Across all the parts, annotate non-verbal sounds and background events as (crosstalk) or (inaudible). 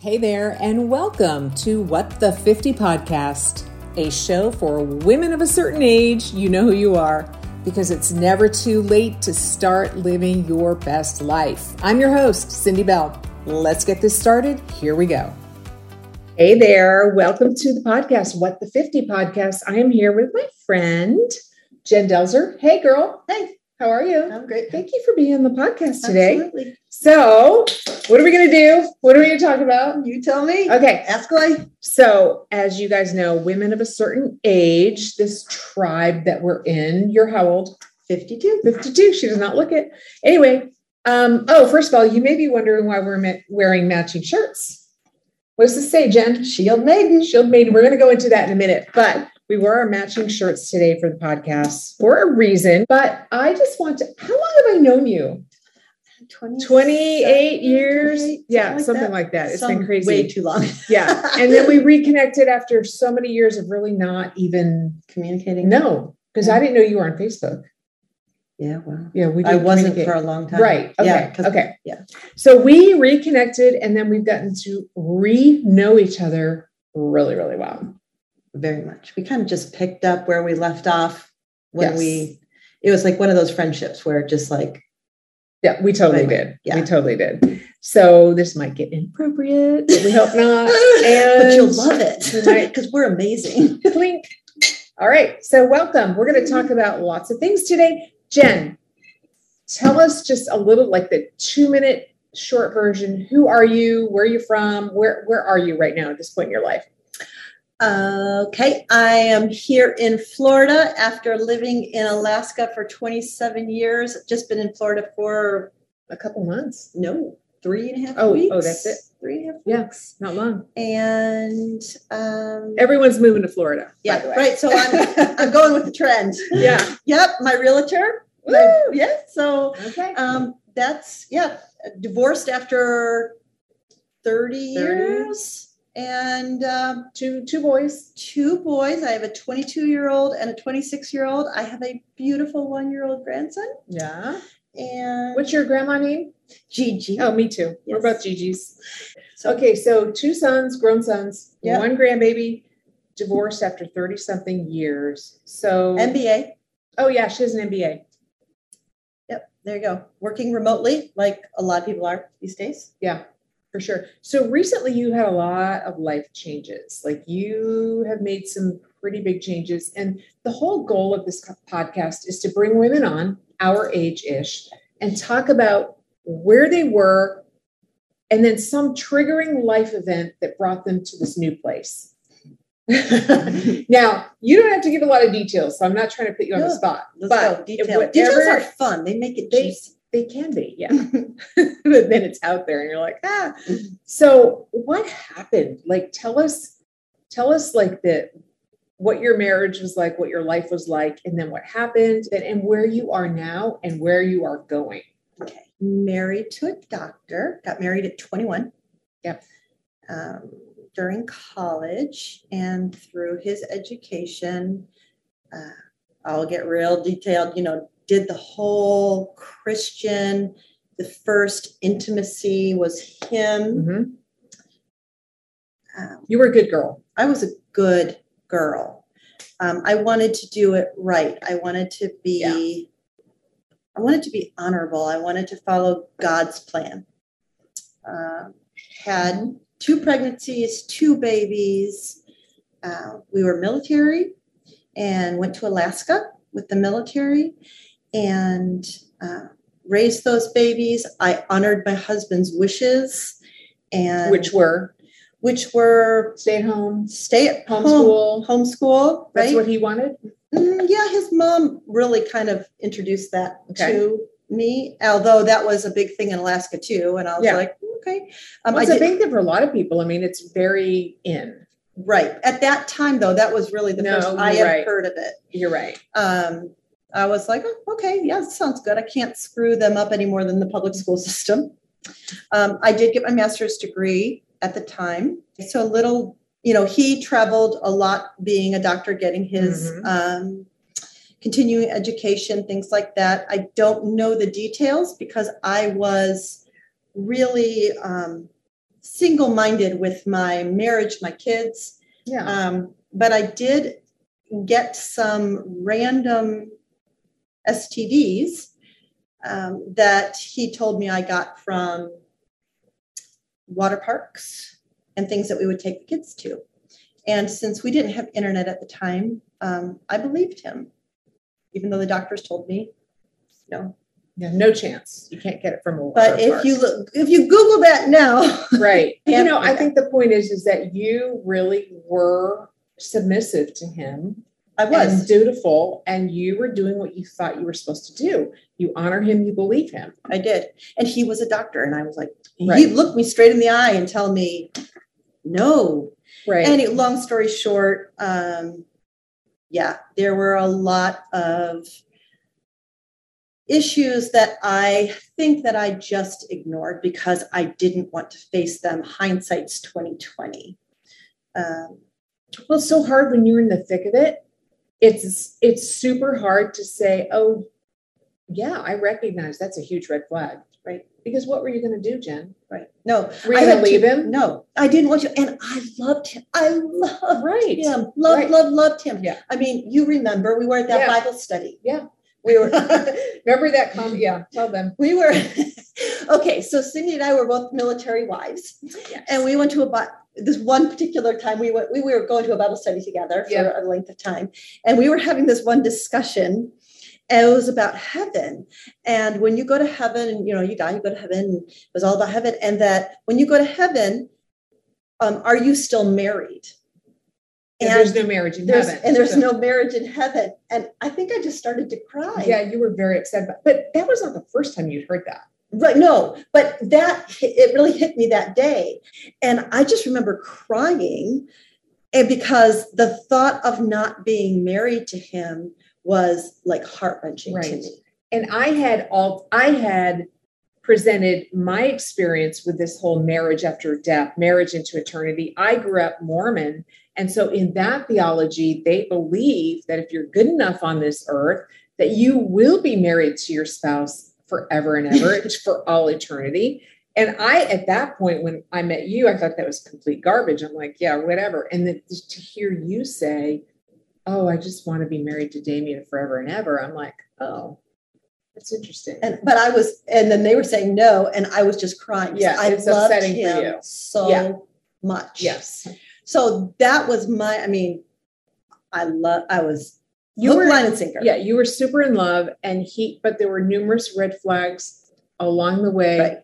Hey there, and welcome to What the 50 podcast, a show for women of a certain age. You know who you are because it's never too late to start living your best life. I'm your host, Cindy Bell. Let's get this started. Here we go. Hey there, welcome to the podcast, What the 50 podcast. I am here with my friend, Jen Delzer. Hey, girl. Hey. How are you? I'm great. Thank you for being on the podcast today. Absolutely. So, what are we going to do? What are we going to talk about? You tell me. Okay, Ask away. so as you guys know, women of a certain age, this tribe that we're in, you're how old? 52. 52. She does not look it. Anyway, um, oh, first of all, you may be wondering why we're ma- wearing matching shirts. What does this say, Jen? Shield maiden. Shield Maiden. We're going to go into that in a minute, but we wore our matching shirts today for the podcast for a reason. But I just want to, how long have I known you? 20, 28 years. 28, yeah, something like something that. like that. It's Some been crazy. Way too long. (laughs) Yeah. And then we reconnected after so many years of really not even Communicating. no, because I didn't know you were on Facebook. Yeah, well. Yeah, we I didn't wasn't communicate. for a long time. right. Okay. Yeah. 'cause- okay. yeah. So we reconnected and then we've gotten to re know each other really, really well. Very much. We kind of just picked up where we left off when Yes. we, it was like one of those friendships where it just (laughs) like, Yeah, we totally Right. did. Yeah. We totally did. So this might get inappropriate. but We hope not. And but you'll love (laughs) Right. it (laughs) because we're amazing. Blink. All right. So, welcome. We're going to talk about lots of things today. Jen, tell us just a little like the two minute short version. Who are you? Where are you from? Where, where are you right now at this point in your life? Okay, I am here in Florida after living in Alaska for 27 years. Just been in Florida for A couple months. no three and a half Oh, oh, weeks. that's it. Three and a half Yeah. weeks. Not long. And um, Everyone's moving to Florida. by yeah, the way. right. (laughs) So I'm I'm going with the trend. yeah. Yep, my realtor. Woo! My, yeah. So Okay. um, that's yeah. Divorced after 30 years and um, Two two boys. two boys. I have a 22 year old and a 26 year old. I have a beautiful one year old grandson. Yeah. And What's your grandma name? Gigi? Oh, me too. We're Yes. both Gigi's. So- Okay, so two sons, grown sons, Yeah. one grandbaby, divorced after 30 something years. So, MBA. oh, yeah, she has an MBA. There you go. Working remotely, like a lot of people are these days. Yeah, for sure. So, recently you had a lot of life changes. Like, you have made some pretty big changes. And the whole goal of this co- podcast is to bring women on our age ish and talk about where they were and then some triggering life event that brought them to this new place. (laughs) now, you don't have to give a lot of details, so I'm not trying to put you on the No. spot. Let's But go. if Detail. whatever- Details are fun. They make it They- juicy. They can be, yeah. (laughs) but then it's out there and you're like, ah. So what happened? Like tell us, tell us like the what your marriage was like, what your life was like, and then what happened, and, and where you are now and where you are going. Okay. Married to a doctor. Got married at 21. Yep. Um, during college and through his education, uh, I'll get real detailed, you know, did the whole Christian, the first intimacy was him. Mhm. Um, You were a good girl. I was a good girl. Um, I wanted to do it right. I wanted to be, I wanted to be honorable. I wanted to follow God's plan. Um, had two pregnancies, two babies. Uh, we were military and went to Alaska with the military and uh, raised those babies. I honored my husband's wishes and which were which were stay at home, stay at home, homeschool. homeschool, That's right? what he wanted. Mm, yeah, his mom really kind of introduced that Okay. to me, although that was a big thing in Alaska too. And I was Yeah. like, okay. Um, Well, I it's a did, big thing for a lot of people. I mean, it's very in. right. At that time, though, that was really the No, first I you're had right. heard of it. You're right. Um, I was like, oh, okay, yeah, that sounds good. I can't screw them up any more than the public school (laughs) system. Um, I did get my master's degree at the time. So a little, you know, he traveled a lot being a doctor, getting his Mhm. um, continuing education, things like that. I don't know the details because I was really um, single minded with my marriage, my kids. Yeah. Um, but I did get some random STDs um, that he told me I got from water parks and things that we would take the kids to. And since we didn't have internet at the time, um, I believed him, even though the doctors told me, you know. yeah, no chance. You can't get it from a water But if park. you look, if you Google that now, (laughs) right. (laughs) Yeah. You know, I think the point is is that you really were submissive to him I and was. dutiful and you were doing what you thought you were supposed to do. You honor him, you believe him. I did. And he was a doctor. And I was like, Right. he'd look me straight in the eye and tell me, no. Right. Any long story short, um, yeah, there were a lot of issues that I think that I just ignored because I didn't want to face them. Hindsight's 2020. Um, well, it's so hard when you're in the thick of it. It's it's super hard to say, "Oh, yeah, I recognize that's a huge red flag." Right. Because what were you going to do, Jen? right. No, Were you I going had to to- leave him? no, I didn't want to. And I loved him. I loved Right. him. Loved, Right. loved, loved him. Yeah. I mean, you remember we were at that Yeah. Bible study. Yeah. (laughs) We were Remember that comment? Yeah. Tell them. we were (laughs) okay, so Cindy and I were both military wives. And we went to a Bi- this one particular time we went we were going to a Bible study together for Yeah. a length of time. And we were having this one discussion and it was about heaven. And when you go to heaven, you know, you die, you go to heaven. and It was all about heaven. And that when you go to heaven, um, are you still married? And And there's no marriage in there's heaven. and there's So- no marriage in heaven. And I think I just started to cry. Yeah, you were very upset, about, but that was not the first time you'd heard that. Right. No, but that it really hit me that day. And I just remember crying. And because the thought of not being married to him was like heart wrenching to Right. me. And I had all I had presented my experience with this whole marriage after death, marriage into eternity. I grew up Mormon, and so in that theology, they believe that if you're good enough on this earth, that you will be married to your spouse forever and ever it's for all eternity. And I, at that point, when I met you, I thought that was complete garbage. I'm like, yeah, whatever. And then just to hear you say, oh, I just want to be married to Damien forever and ever, I'm like, oh, that's interesting. And but I was, and then they were saying no, and I was just crying. Yeah, I it's loved upsetting for him you. so Yeah. much. yes. So that was my. I mean, I love. I was You hook, were- line, and sinker. Yeah, you were super in love, and he, but there were numerous red flags along the way Right.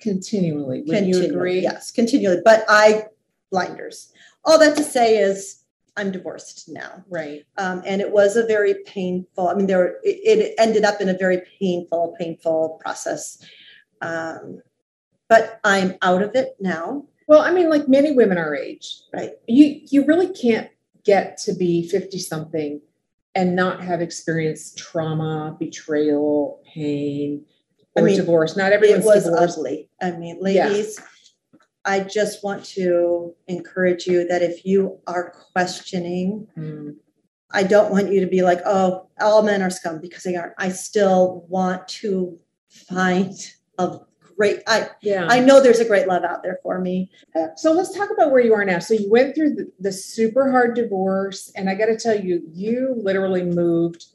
continually. Would Continually, you agree? Yes, continually. But I blinders. All that to say is I'm divorced now. Right. Um, and it was a very painful, I mean, there were- it, it ended up in a very painful, painful process. Um, but I'm out of it now. Well, I mean, like many women our age, Right. You you really can't get to be 50 something and not have experienced trauma, betrayal, pain, I or mean, divorce. Not It everyone's was divorced. ugly. I mean, Yeah. ladies, I just want to encourage you that if you are questioning Mm, I don't want you to be like, oh, all men are scum because they aren't. I still want to find a great. I yeah. I know there's a great love out there for me. Uh, so let's talk about where you are now. So you went through the, the super hard divorce, and I got to tell you, you literally moved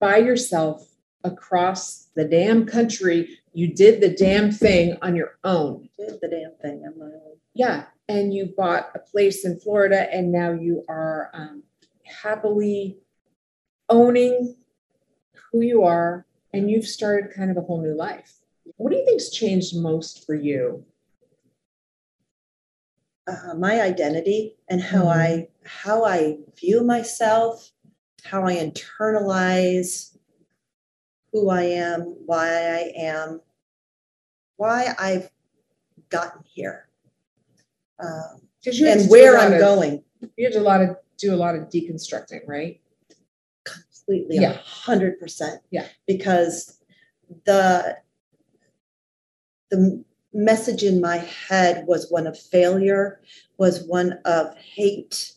by yourself across the damn country. You did the damn thing on your own. Did the damn thing. I'm my own. Yeah, and you bought a place in Florida, and now you are um, happily owning who you are, and you've started kind of a whole new life. What do you think's changed most for you Uh, my identity and how Mhm. I how I view myself, how I internalize who I am, why I am, why I've gotten here, um, 'Cause you had to and do where a lot I'm of- going. you had a lot of do a lot of deconstructing, right? completely Yeah. a hundred percent. Yeah. Because the the m- message in my head was one of failure, was one of hate,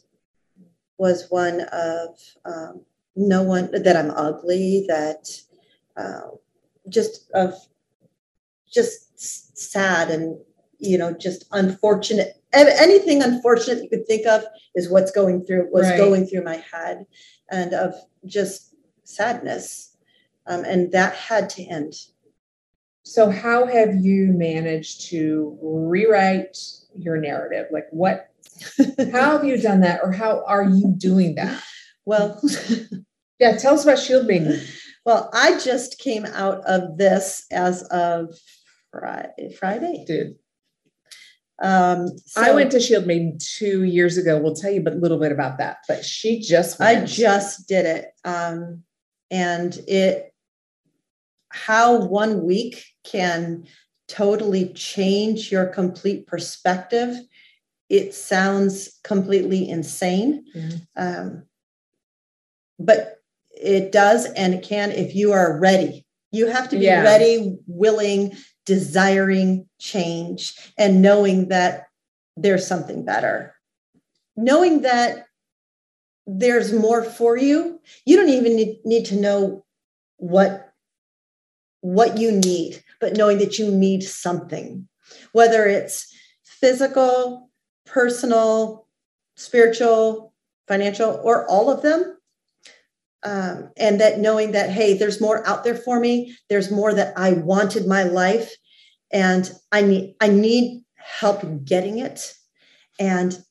was one of um, no one that I'm ugly, that uh, just of just s- sad and you know, just unfortunate. Anything unfortunate you could think of is what's going through, what's Right. going through my head, and of just sadness. Um, and that had to end. So, how have you managed to rewrite your narrative? Like, (laughs) what, how have you done that, or how are you doing that? Well, (laughs) Yeah, tell us about shield making. well, I just came out of this as of Friday. Friday. Dude, Um, so I went to Shield Maiden two years ago. We'll tell you a little bit about that. But she just I went. just did it. Um, and it, how one week can totally change your complete perspective. It sounds completely insane. Mhm. Um, but it does and it can if you are ready. You have to be Yeah. ready, willing, desiring change, and knowing that there's something better. Knowing that there's more for you you don't even need, need to know what what you need but knowing that you need something whether it's physical personal spiritual financial or all of them um, and that knowing that hey there's more out there for me there's more that i want in my life and i need i need help getting it and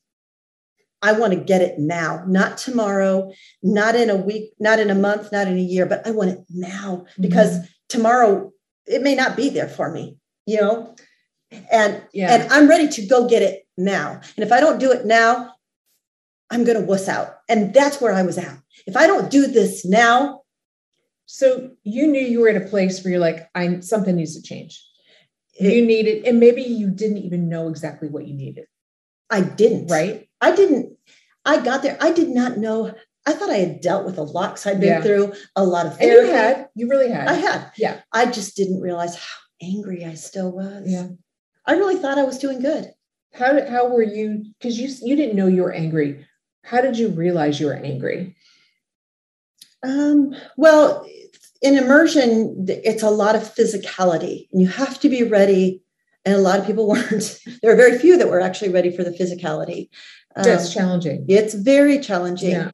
i want to get it now not tomorrow not in a week not in a month not in a year but i want it now because tomorrow it may not be there for me you know and yeah, and I'm ready to go get it now. And if I don't do it now, I'm going to wuss out. And that's where I was at. If I don't do this now, So you knew you were at a place where you're like, I something needs to change. it- you needed, and maybe you didn't even know exactly what you needed, I didn't. right? I didn't. I got there. I did not know. I thought I had dealt with a lot because I'd been Yeah. through a lot of And therapy. you had, you really had. I had. Yeah. I just didn't realize how angry I still was. Yeah. I really thought I was doing good. How did, how were you? Because you you didn't know you were angry. How did you realize you were angry? Um, well, in immersion, it's a lot of physicality, and you have to be ready. And a lot of people (laughs) weren't. There are very few that were actually ready for the physicality. Um, That's challenging. it's very challenging. Yeah.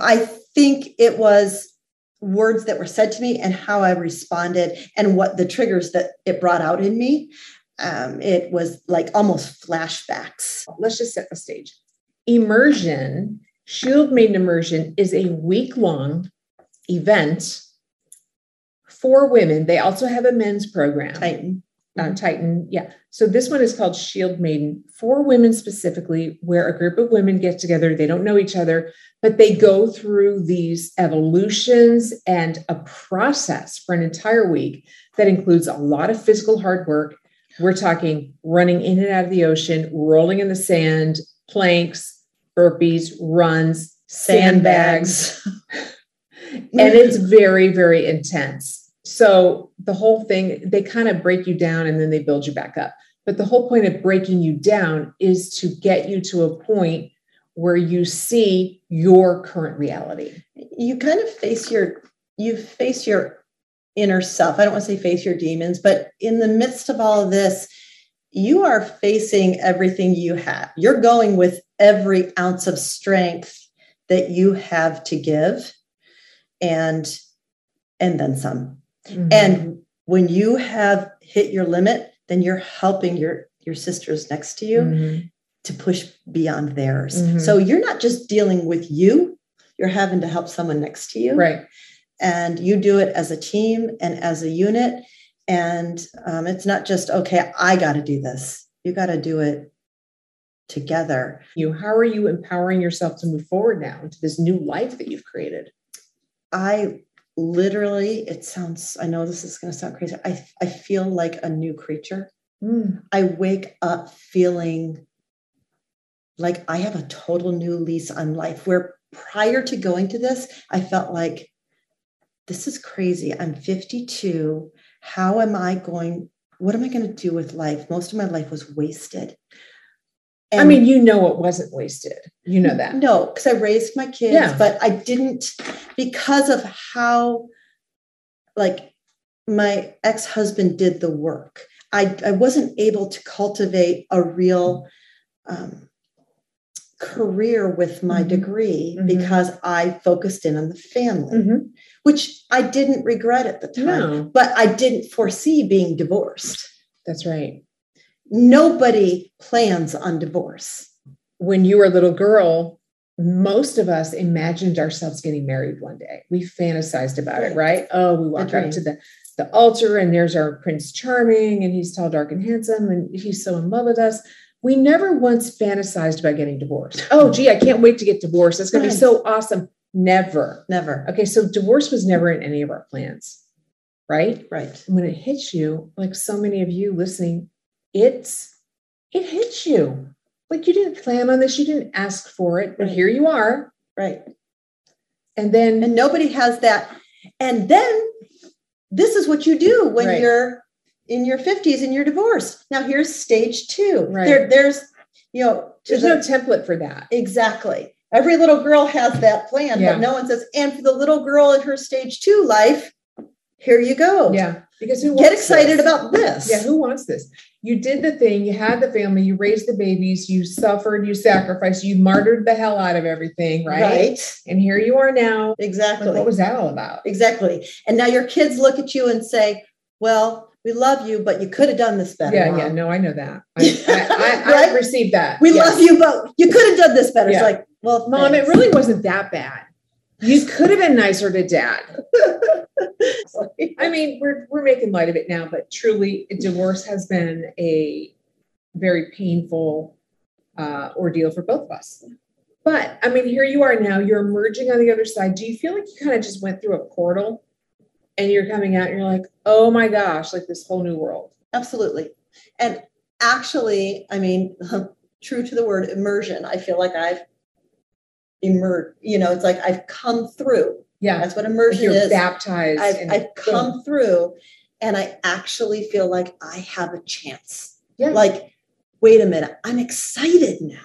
I think it was words that were said to me and how I responded and what the triggers that it brought out in me. Um, it was like almost flashbacks. Let's just set the stage. Immersion, Shield Maiden Immersion is a week long event for women. They also have a men's program. Titan. uh, Titan. Yeah. So this one is called Shield Maiden for women specifically, where a group of women get together. They don't know each other, but they go through these evolutions and a process for an entire week that includes a lot of physical hard work. We're talking running in and out of the ocean, rolling in the sand, planks, burpees, runs, sandbags (laughs) and it's very very intense so the whole thing they kind of break you down and then they build you back up but the whole point of breaking you down is to get you to a point where you see your current reality you kind of face your you face your inner self i don't want to say face your demons but in the midst of all of this you are facing everything you have you're going with every ounce of strength that you have to give and and then some Mm-hmm. and when you have hit your limit then you're helping your your sisters next to you Mhm. to push beyond theirs Mhm. so you're not just dealing with you you're having to help someone next to you right and you do it as a team and as a unit and um, it's not just okay i got to do this you got to do it together you how are you empowering yourself to move forward now into this new life that you've created i literally it sounds i know this is going to sound crazy I, I feel like a new creature Mm. i wake up feeling like i have a total new lease on life where prior to going to this i felt like this is crazy i'm 52 how am i going what am i going to do with life most of my life was wasted i mean you know it wasn't wasted you know that no because i raised my kids Yeah. but i didn't because of how like my ex-husband did the work I, I wasn't able to cultivate a real um, career with my Mhm. degree Mhm. because I focused in on the family, Mm-hmm. which I didn't regret at the time, No, but I didn't foresee being divorced. that's right. Nobody plans on divorce. When you were a little girl, most of us imagined ourselves getting married one day. We fantasized about it, right? Oh, we walk dream. up to the the altar and there's our Prince Charming, and he's tall, dark, and handsome, and he's so in love with us. We never once fantasized about getting divorced. Oh, gee, I can't wait to get divorced. That's going to be Right. so awesome. Never. Never. Okay, so divorce was never in any of our plans, right? Right. when it hits you, like so many of you listening, it's it hits you. Like you didn't plan on this, you didn't ask for it, but Right. here you are. Right. And then And nobody has that. And then this is what you do when Right. you're in your 50s and you're divorced. Now here's stage two. Right. There, there's, you know, to there's the, no template for that. exactly. Every little girl has that plan, Yeah. but no one says, and for the little girl in her stage two life, here you go. Yeah, because who Get wants excited this? about this. Yeah, who wants this? You did the thing. You had the family. You raised the babies. You suffered. You sacrificed. You martyred the hell out of everything, right? Right. And here you are now. Exactly. Like, what was that all about? Exactly. And now your kids look at you and say, well, we love you, but you could have done this better. Yeah, Mom. yeah. No, I know that. I, I, I, I (laughs) Right? received that. We Yes. love you, but you could have done this better. Yeah. It's like, well, Mom, thanks. it really wasn't that bad. You could have been nicer to dad. I mean, we're we're making light of it now, but truly, divorce has been a very painful uh, ordeal for both of us. But I mean, here you are now. You're emerging on the other side. Do you feel like you kind of just went through a portal, and you're coming out, and you're like, oh my gosh, like this whole new world? absolutely. And actually, I mean, (laughs) true to the word immersion, I feel like I've emerged. You know, it's like I've come through. Yeah, That's what like immersion you're is. baptized. I've, and- I've come through, and I actually feel like I have a chance. Yeah, like, wait a minute, I'm excited now.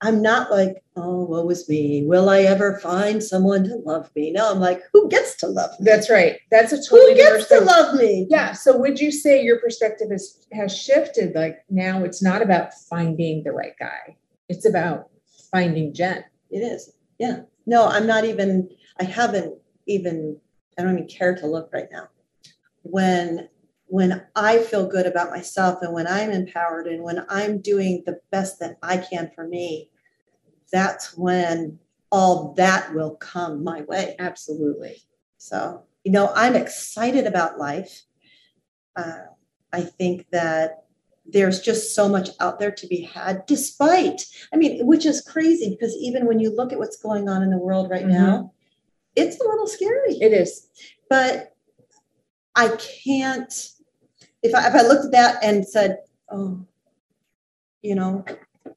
I'm not like, oh, woe is me. Will I ever find someone to love me? No, I'm like, who gets to love me? that's right. That's a totally who gets different to love me? Yeah. So would you say your perspective has has shifted? Like now it's not about finding the right guy. It's about finding Jen. It is. Yeah. No, I'm not even, I haven't even, I don't even care to look right now. When when I feel good about myself and when I'm empowered and when I'm doing the best that I can for me, that's when all that will come my way. Absolutely. So, you know, I'm excited about life. Uh, I think that there's just so much out there to be had, despite, I mean, which is crazy because even when you look at what's going on in the world right now, it's a little scary. It is. but I can't, if I, if I looked at that and said, oh, you know,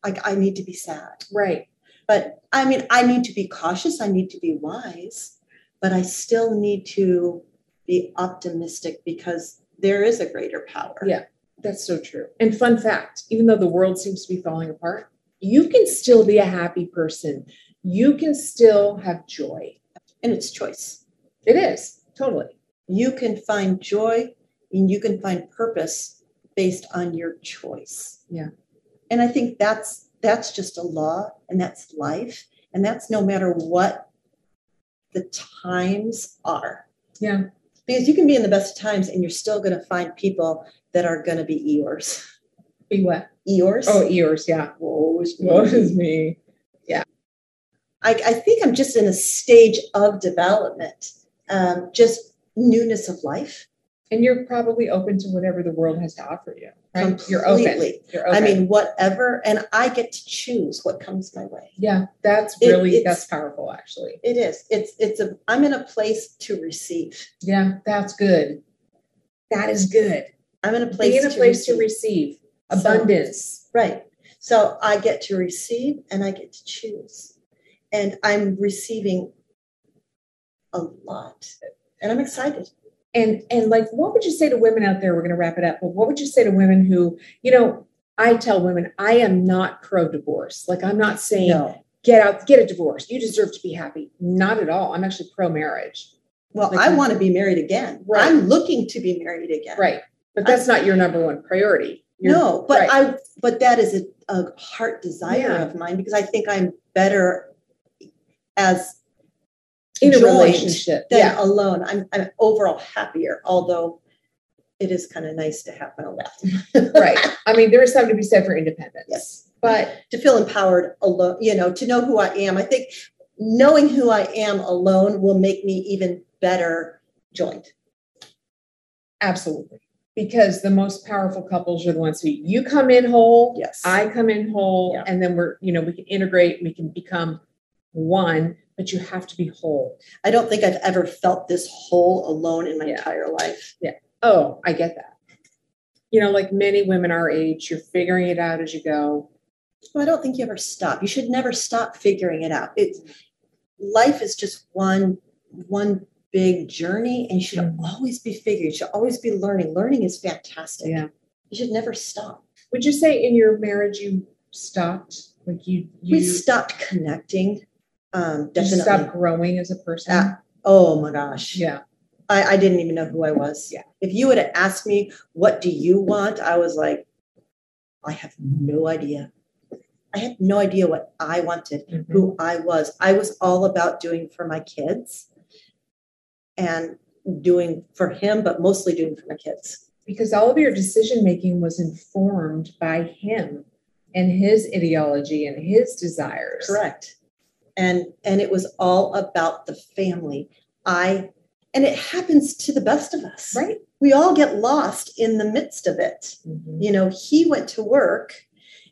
like I need to be sad. Right. But I mean, I need to be cautious. I need to be wise, but I still need to be optimistic because there is a greater power. Yeah. That's so true. And fun fact, even though the world seems to be falling apart, you can still be a happy person. You can still have joy. And it's choice. It is. Totally. You can find joy and you can find purpose based on your choice. Yeah. And I think that's that's just a law and that's life and that's no matter what the times are. Yeah. Because you can be in the best of times and you're still going to find people that are going to be Eeyores. Be what? Eeyores. Oh, ears. Yeah. Woe is me. Woe is me. I, I think I'm just in a stage of development, um, just newness of life. And you're probably open to whatever the world has to offer you. Right. You're open. Completely. You're open. I mean, whatever, and I get to choose what comes my way. Yeah, that's It- really it's- that's powerful actually. It is. It's. It's a. I'm in a place to receive. Yeah, that's good. That is good. I'm in a place. Be in a place to receive So- abundance. Right. So I get to receive, and I get to choose, and I'm receiving a lot, and I'm excited. And and like what would you say to women out there? We're gonna wrap it up, but what would you say to women who, you know, I tell women I am not pro divorce. Like I'm not saying No. get out, get a divorce. You deserve to be happy. Not at all. I'm actually pro marriage. Well, Like- I want to be married again. Right. I'm looking to be married again. Right. But that's not your number one priority. Your- no, but right. I but that is a, a heart desire Yeah. of mine because I think I'm better as in a joined relationship. than yeah. alone. I'm I'm overall happier, although it is kind of nice to have my own bathroom. (laughs) right. I mean, there is something to be said for independence. Yes. But To feel empowered alone, you know, to know who I am. I think knowing who I am alone will make me even better joined. absolutely. Because the most powerful couples are the ones who you come in whole, Yes. I come in whole, Yeah. and then we're, you know, we can integrate, we can become one, but you have to be whole. I don't think I've ever felt this whole alone in my Yeah. entire life. Oh, I get that. You know, like many women our age, you're figuring it out as you go. Well, I don't think you ever stop. You should never stop figuring it out. It's life is just one one big journey and you should Mhm. always be figuring, you should always be learning. Learning is fantastic. Yeah. You should never stop. Would you say in your marriage you stopped? Like you, you, we stopped connecting. Um you definitely. stopped growing as a person? Yeah. Oh my gosh. yeah. I, I didn't even know who I was. Yeah. If you would have asked me, what do you want? I was like, I have no idea. I had no idea what I wanted, Mhm. who I was. I was all about doing for my kids and doing for him, but mostly doing for my kids. because all of your decision making was informed by him and his ideology and his desires. Correct. And and it was all about the family. I and it happens to the best of us. Right. We all get lost in the midst of it. Mhm. you know he went to work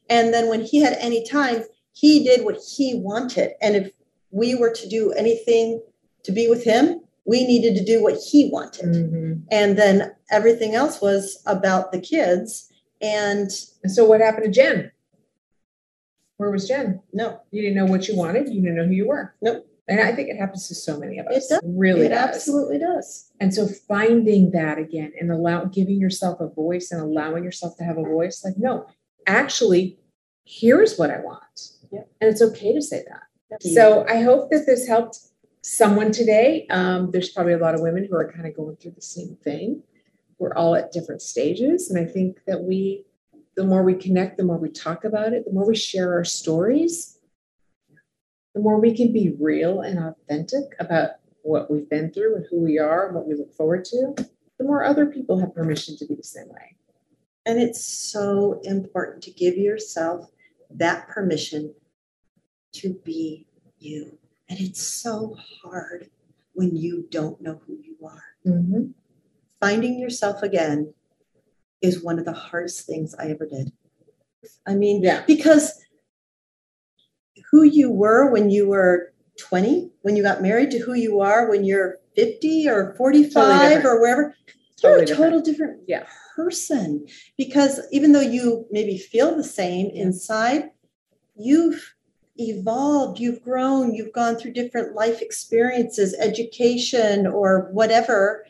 and then when he had any time he did what he wanted and if we were to do anything to be with him we needed to do what he wanted Mhm. and then everything else was about the kids and And so, what happened to Jen? Where was Jen? no You didn't know what you wanted. You didn't know who you were. Nope. And I think it happens to so many of It us. does. Really it does. absolutely does And so, finding that again and allow giving yourself a voice and allowing yourself to have a voice. Like, no, actually, here's what I want. Yep. And it's okay to say that. So I hope that this helped someone today. Um, there's probably a lot of women who are kind of going through the same thing. We're all at different stages. And I think that we, the more we connect, the more we talk about it, the more we share our stories, the more we can be real and authentic about what we've been through and who we are and what we look forward to, the more other people have permission to be the same way. and it's so important to give yourself that permission to be you and it's so hard when you don't know who you are Mm-hmm. finding yourself again is one of the hardest things I ever did. I mean, Yeah. because who you were when you were 20, when you got married, to who you are when you're 50 or 45 or different. wherever, Totally you're a different. total different Yeah. person. Because even though you maybe feel the same Yeah. inside, you've evolved, you've grown, you've gone through different life experiences, education, or whatever,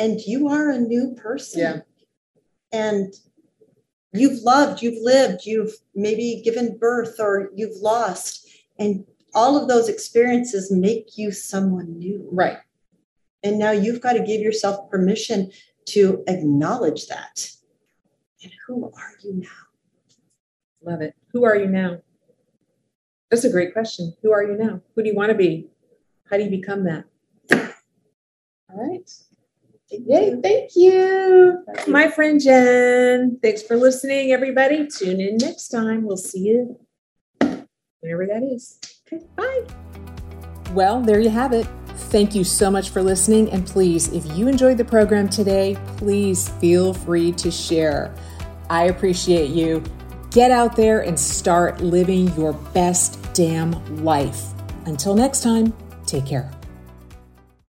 and you are a new person. Yeah. And you've loved, you've lived, you've maybe given birth or you've lost, and all of those experiences make you someone new. Right. And now you've got to give yourself permission to acknowledge that. And who are you now? Love it. Who are you now? That's a great question. Who are you now? Who do you want to be? How do you become that? All right. Thank Yay. you. Thank you, my friend Jen. Thanks for listening, everybody. Tune in next time. We'll see you whenever that is. Okay. Bye. Well, there you have it. Thank you so much for listening. And please, if you enjoyed the program today, please feel free to share. I appreciate you. Get out there and start living your best damn life. Until next time, take care.